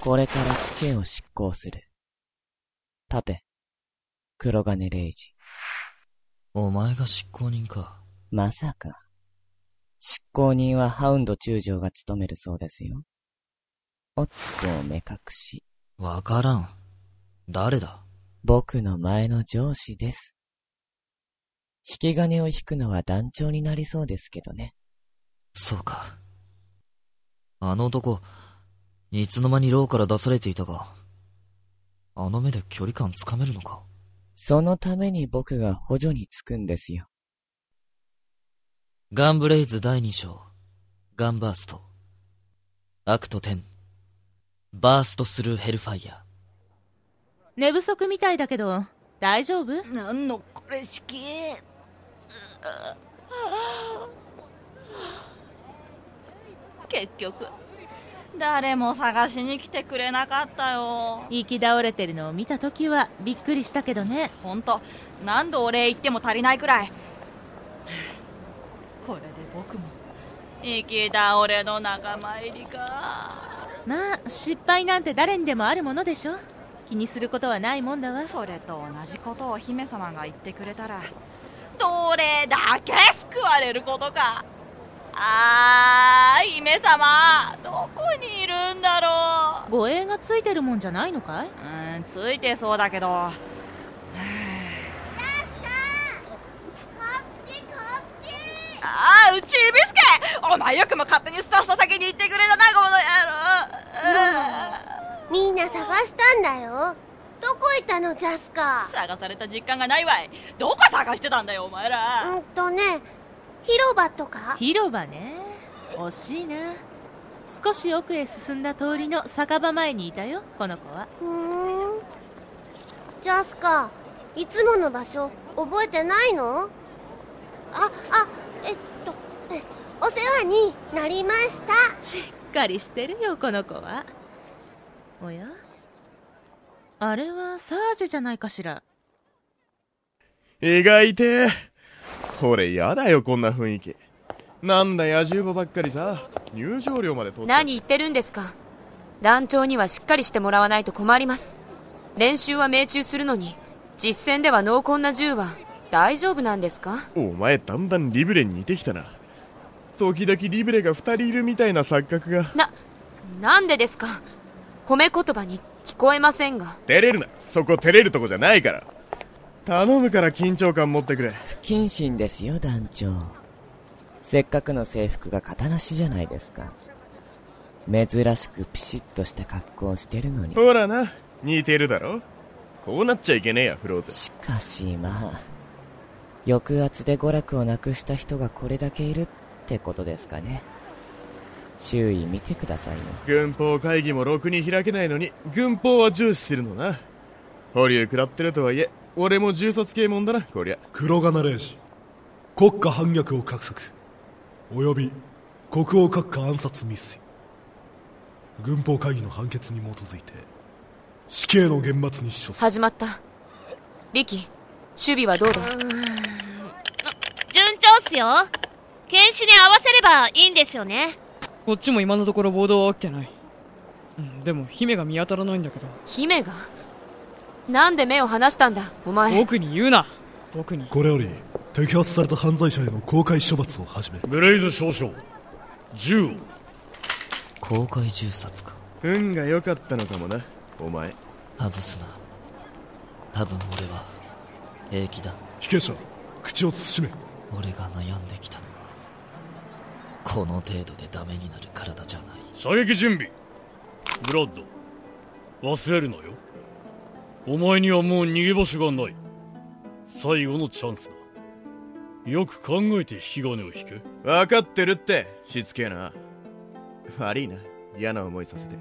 これから死刑を執行する。立て。黒金礼二。お前が執行人か。まさか。執行人はハウンド中将が務めるそうですよ。おっと、目隠し。わからん。誰だ僕の前の上司です。引き金を引くのは団長になりそうですけどね。そうか。あの男、いつの間に牢から出されていたが、あの目で距離感つかめるのか。そのために僕が補助につくんですよ。ガンブレイズ第2章、ガンバースト。アクト10、バーストするヘルファイヤ寝不足みたいだけど大丈夫なんのこれ式結局誰も探しに来てくれなかったよ行き倒れてるのを見た時はびっくりしたけどね本当何度お礼言っても足りないくらいこれで僕も行き倒れの仲間入りかまあ失敗なんて誰にでもあるものでしょ気にすることはないもんだわそれと同じことを姫様が言ってくれたらどれだけ救われることかあー姫様どこにいるんだろう護衛がついてるもんじゃないのかいうーんついてそうだけどはああーうちビスケお前よくも勝手にスタッフ先に行ってくれたなこの野郎うんみんな探したんだよどこ行ったのジャスカ探された実感がないわいどこ探してたんだよお前らうんとね広場とか広場ね惜しいな少し奥へ進んだ通りの酒場前にいたよこの子はうーんジャスカいつもの場所覚えてないのああえっとえお世話になりましたしっかりしてるよこの子はおやあれはサージェじゃないかしら意外て俺やだよこんな雰囲気なんだ野獣馬ばっかりさ入場料まで取って何言ってるんですか団長にはしっかりしてもらわないと困ります練習は命中するのに実戦では濃厚な銃は大丈夫なんですかお前だんだんリブレに似てきたな時々リブレが二人いるみたいな錯覚がななんでですか褒め言葉に聞こえませんが照れるなそこ照れるとこじゃないから頼むから緊張感持ってくれ不謹慎ですよ、団長。せっかくの制服が型なしじゃないですか。珍しくピシッとした格好をしてるのに。ほらな似てるだろこうなっちゃいけねえやフローズしかしまあ、抑圧で娯楽をなくした人がこれだけいるってことですかね。周囲見てくださいよ。軍法会議もろくに開けないのに軍法は重視するのな保留食らってるとはいえ俺も銃殺系もんだなこりゃ黒金霊士国家反逆を画策および国王閣下暗殺未遂軍法会議の判決に基づいて死刑の厳罰に処す始まった力守備はどうだ順調っすよ。検視に合わせればいいんですよね。こっちも今のところ暴動は起きてない。うんでも、姫が見当たらないんだけど。姫がなんで目を離したんだお前僕に言うな僕に。これより摘発された犯罪者への公開処罰を始めるブレイズ少将、銃を。ー。公開銃殺か。運が良かったのかもなお前外すな。多分俺は、平気だ。被刑者口を慎め俺が悩んできたのは、この程度でダメになる体じゃない。射撃準備。ブラッド、忘れるなよ。お前にはもう逃げ場所がない。最後のチャンスだ。よく考えて引き金を引け。分かってるってしつけえな悪いな嫌な思いさせて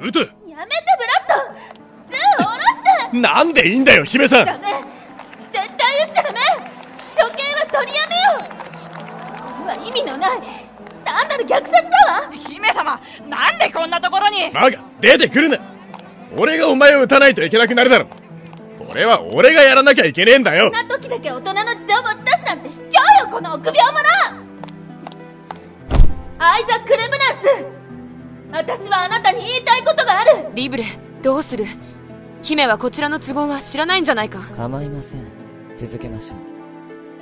撃てやめて、ブラッド銃を下ろしてなんでいいんだよ姫さんメ絶対撃っちゃダメ処刑は取りやめようこれは意味のない単なる虐殺だわ姫様なんでこんなところにバカ出てくるな俺がお前を撃たないといけなくなるだろこれは俺がやらなきゃいけねえんだよそんな時だけ大人の事情を持ち出すなんて卑怯よこの臆病者アイザック・レブランス私はあなたに言いたいことがあるリブレどうする姫はこちらの都合は知らないんじゃないか構いません続けましょ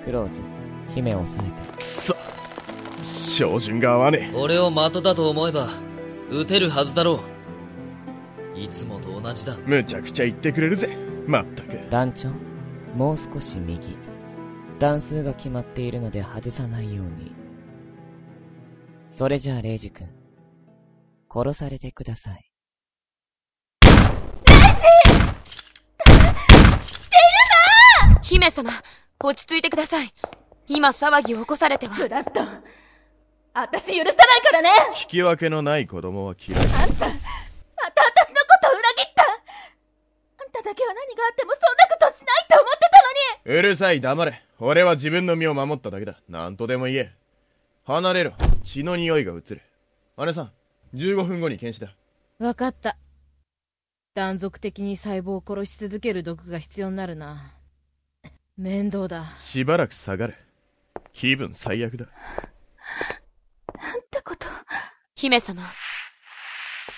うクローズ姫を抑えてくそ照準が合わね俺を的だと思えば撃てるはずだろういつもと同じだえむちゃくちゃ言ってくれるぜまったく団長もう少し右段数が決まっているので外さないようにそれじゃあレイジ君殺されてください姫様落ち着いてください今騒ぎを起こされてはブラッド私許さないからね引き分けのない子供は嫌いあんたまた私のことを裏切ったあんただけは何があってもそんなことしないって思ってたのにうるさい黙れ俺は自分の身を守っただけだ何とでも言え離れろ血の匂いが移る姉さん15分後に検視だ分かった断続的に細胞を殺し続ける毒が必要になるな面倒だしばらく下がる気分最悪だ姫様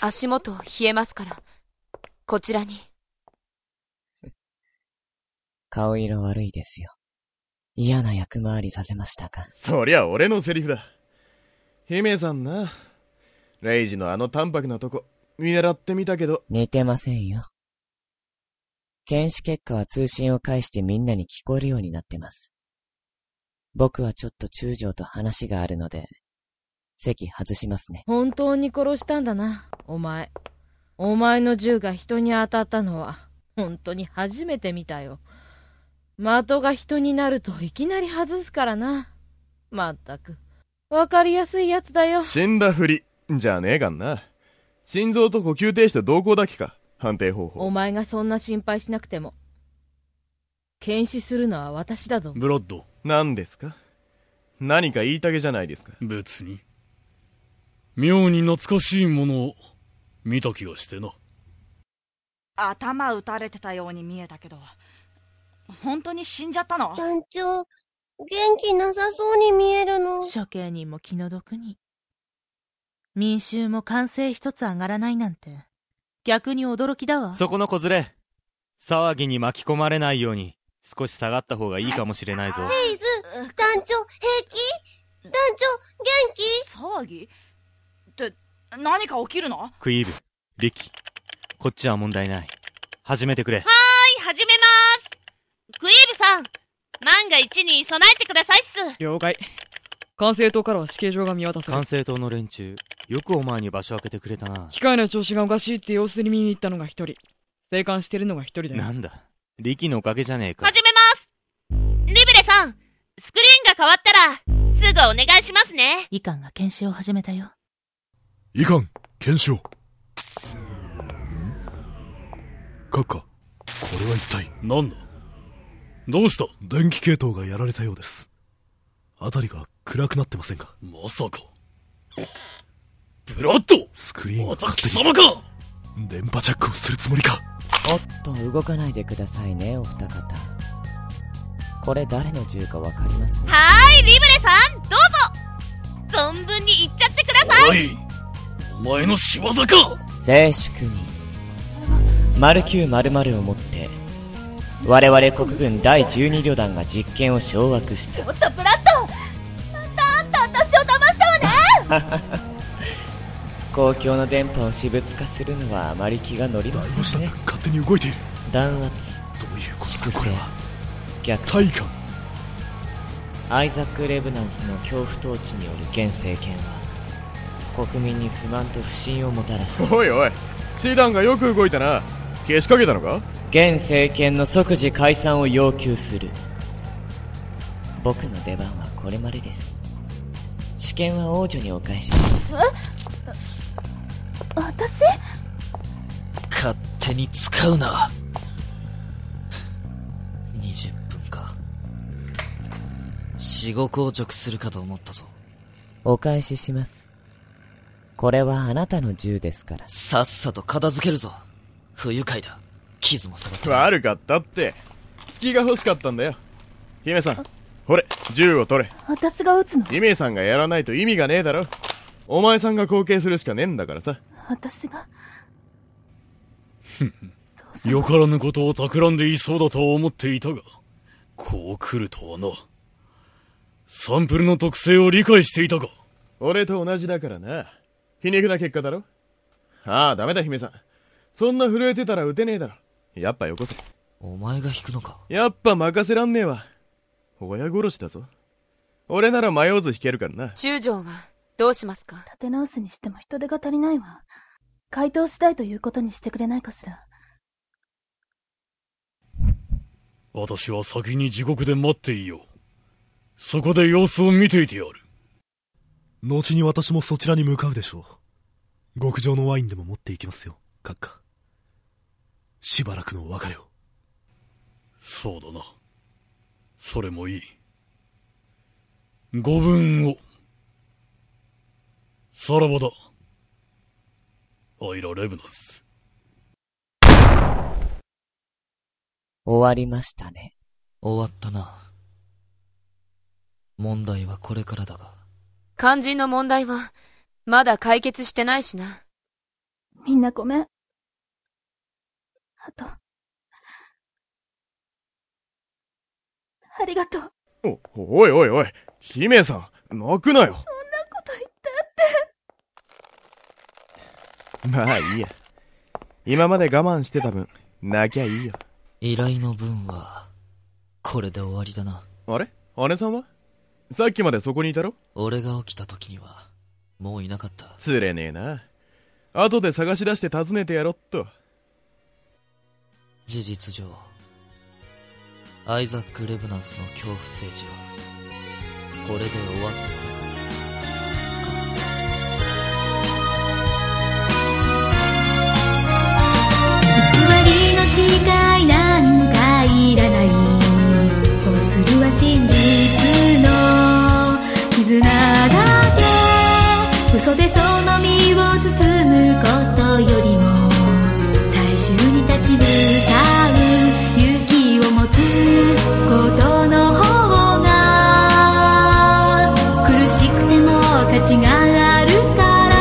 足元冷えますからこちらに顔色悪いですよ嫌な役回りさせましたかそりゃ俺のセリフだ姫さんなレイジのあの淡白なとこ見習ってみたけど似てませんよ検視結果は通信を介してみんなに聞こえるようになってます僕はちょっと中将と話があるので席外しますね本当に殺したんだなお前お前の銃が人に当たったのは本当に初めて見たよ的が人になるといきなり外すからなまったくわかりやすいやつだよ死んだふりじゃねえがんな心臓と呼吸停止と同行だけか判定方法お前がそんな心配しなくても検視するのは私だぞブロッド何ですか何か言いたげじゃないですか別に妙に懐かしいものを見た気がしてな頭打たれてたように見えたけど本当に死んじゃったの団長元気なさそうに見えるの処刑人も気の毒に民衆も歓声一つ上がらないなんて逆に驚きだわそこの子連れ騒ぎに巻き込まれないように少し下がった方がいいかもしれないぞヘイズ団長平気団長元気騒ぎって何か起きるのクイーブリキこっちは問題ない始めてくれはーい始めますクイーブさん万が一に備えてくださいっす了解管制塔からは死刑場が見渡せる管制塔の連中よくお前に場所開けてくれたな機械の調子がおかしいって様子に見に行ったのが一人生還してるのが一人だよなんだ力のおかげじゃねえか始めますリブレさんスクリーンが変わったらすぐお願いしますねイカンが研修を始めたよいかん検証閣下これは一体なんだどうした電気系統がやられたようです辺りが暗くなってませんかまさかブラッドスクリーンが勝手貴様かに電波ジャックをするつもりかおっと動かないでくださいねお二方これ誰の銃かわかりますはーいリブレさんどうぞ存分に言っちゃってくださいいお前の仕業か静粛に丸九丸々をもって我々国軍第12旅団が実験を掌握しちょっとブラッドまたあんた私を騙したわねた公共の電波を私物化するのはあまり気が乗りませんね勝手に動いている弾圧どういうことだこれは逆体感アイザック・レブナンスの恐怖統治による現政権は国民に不満と不信をもたらしたおいおい師団がよく動いたな消しかけたのか現政権の即時解散を要求する僕の出番はこれまでです試験は王女にお返ししますえ私勝手に使うな20分か死後硬直するかと思ったぞお返ししますこれはあなたの銃ですからさっさと片付けるぞ不愉快だ傷も下がった悪かったって月が欲しかったんだよ姫さんほれ銃を取れ私が撃つの姫さんがやらないと意味がねえだろお前さんが貢献するしかねえんだからさ。私がよからぬことを企んでいそうだとは思っていたが、こう来るとはな。サンプルの特性を理解していたか俺と同じだからな。皮肉な結果だろああ、ダメだ、姫さん。そんな震えてたら打てねえだろ。やっぱよこせ。お前が引くのかやっぱ任せらんねえわ。親殺しだぞ。俺なら迷わず引けるからな。中将はどうしますか立て直すにしても人手が足りないわ。回答したいということにしてくれないかしら。私は先に地獄で待っていよう。そこで様子を見ていてやる。後に私もそちらに向かうでしょう極上のワインでも持っていきますよ閣下しばらくのお別れをそうだな。それもいい。ご分を。さらばだ。アイラ・レブナス。終わりましたね。終わったな。問題はこれからだが、肝心の問題は、まだ解決してないしな。みんなごめん。あと。ありがとう。お、おいおいおい、姫さん、泣くなよ。そんなこと言ったって。まあいいや。今まで我慢してた分、泣きゃいいよ。依頼の分は、これで終わりだな。あれ姉さんはさっきまでそこにいたろ俺が起きた時には、もういなかった。つれねえな。後で探し出して訪ねてやろっと。事実上、アイザック・レブナンスの恐怖政治は、これで終わった。偽りの誓いなんかいらない欲するは真実の絆だけ嘘でその身を包むことよりも大衆に立ち向かう勇気を持つことの方が苦しくても価値があるから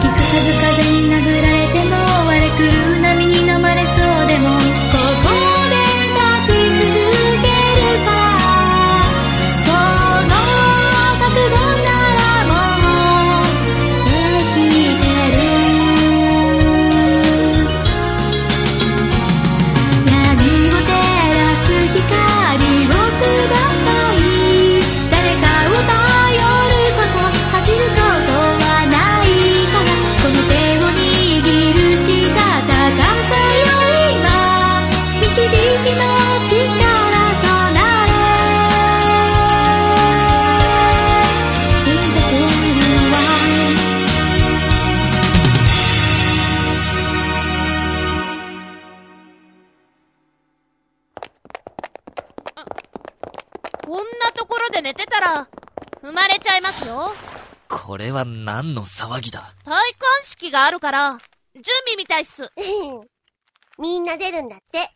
吹きすさず風に殴られても割れ狂う波に飲まれそうでもここで立ち続けるからその覚悟ならもうできてる闇を照らす光をください誰かを頼ること恥じることはないからこの手を握るしたたかさよ今導きの力となれ In the blue light こんなところで寝てたら、踏まれちゃいますよ。これは何の騒ぎだ戴冠式があるから、準備みたいっす。みんな出るんだって。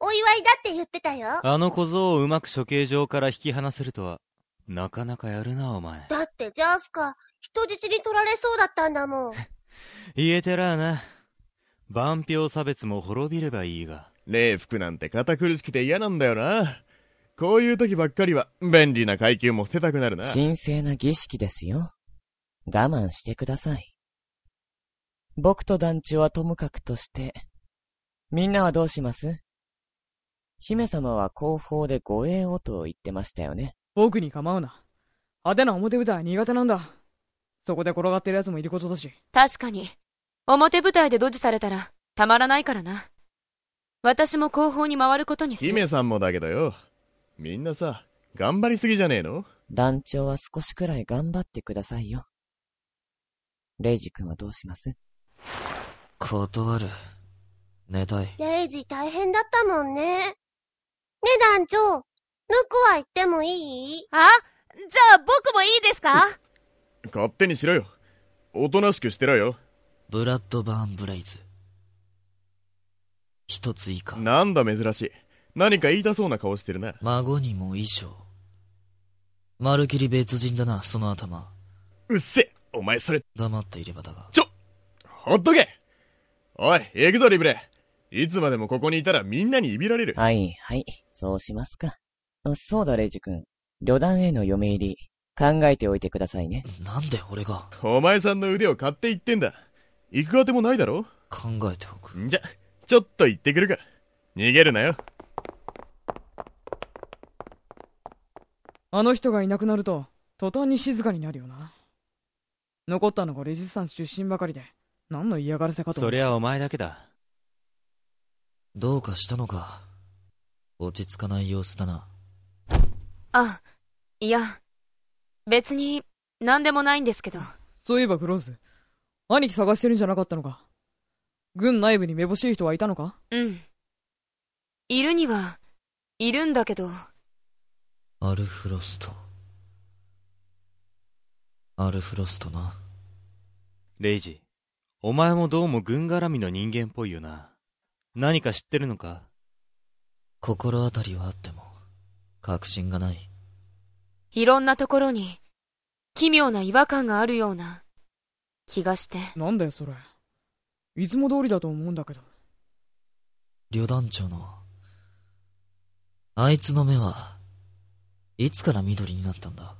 お祝いだって言ってたよ。あの小僧をうまく処刑場から引き離せるとは、なかなかやるな、お前。だってジャースカ、人質に取られそうだったんだもん。言えてらあな。万票差別も滅びればいいが。礼服なんて堅苦しくて嫌なんだよな。こういう時ばっかりは、便利な階級も捨てたくなるな。神聖な儀式ですよ。我慢してください。僕と団長はともかくとして、みんなはどうします姫様は後方で護衛をと言ってましたよね。僕に構うな。派手な表舞台は苦手なんだ。そこで転がってる奴もいることだし。確かに、表舞台でドジされたら、たまらないからな。私も後方に回ることにする。姫さんもだけどよ。みんなさ、頑張りすぎじゃねえの団長は少しくらい頑張ってくださいよ。レイジ君はどうします断る。寝たい。レイジ大変だったもんね。ねえ団長、ヌクは行ってもいいあじゃあ僕もいいですか勝手にしろよ。おとなしくしてろよ。ブラッドバーン・ブレイズ。一つ以下。なんだ珍しい。何か言いたそうな顔してるな。孫にも衣装。まるきり別人だな、その頭。うっせお前それ。黙っていればだが。ちょほっとけおい、行くぞ、リブレ。いつまでもここにいたらみんなにいびられる。はい、はい、そうしますか。あそうだ、レイジ君。旅団への嫁入り、考えておいてくださいね。なんで俺がお前さんの腕を買っていってんだ。行く当てもないだろ考えておく。んじゃ、ちょっと行ってくるか。逃げるなよ。あの人がいなくなると途端に静かになるよな残ったのがレジスタンス出身ばかりで何の嫌がらせかと思そうりゃお前だけだどうかしたのか。落ち着かない様子だな。あ、いや、別に何でもないんですけど。そういえばグローズ兄貴探してるんじゃなかったのか軍内部にめぼしい人はいたのかうん。いるには、いるんだけど、アルフロスト。アルフロストな。レイジお前もどうも軍絡みの人間っぽいよな何か知ってるのか心当たりはあっても、確信がない。いろんなところに、奇妙な違和感があるような、気がして。なんだよそれいつも通りだと思うんだけど旅団長の、あいつの目は、いつから緑になったんだ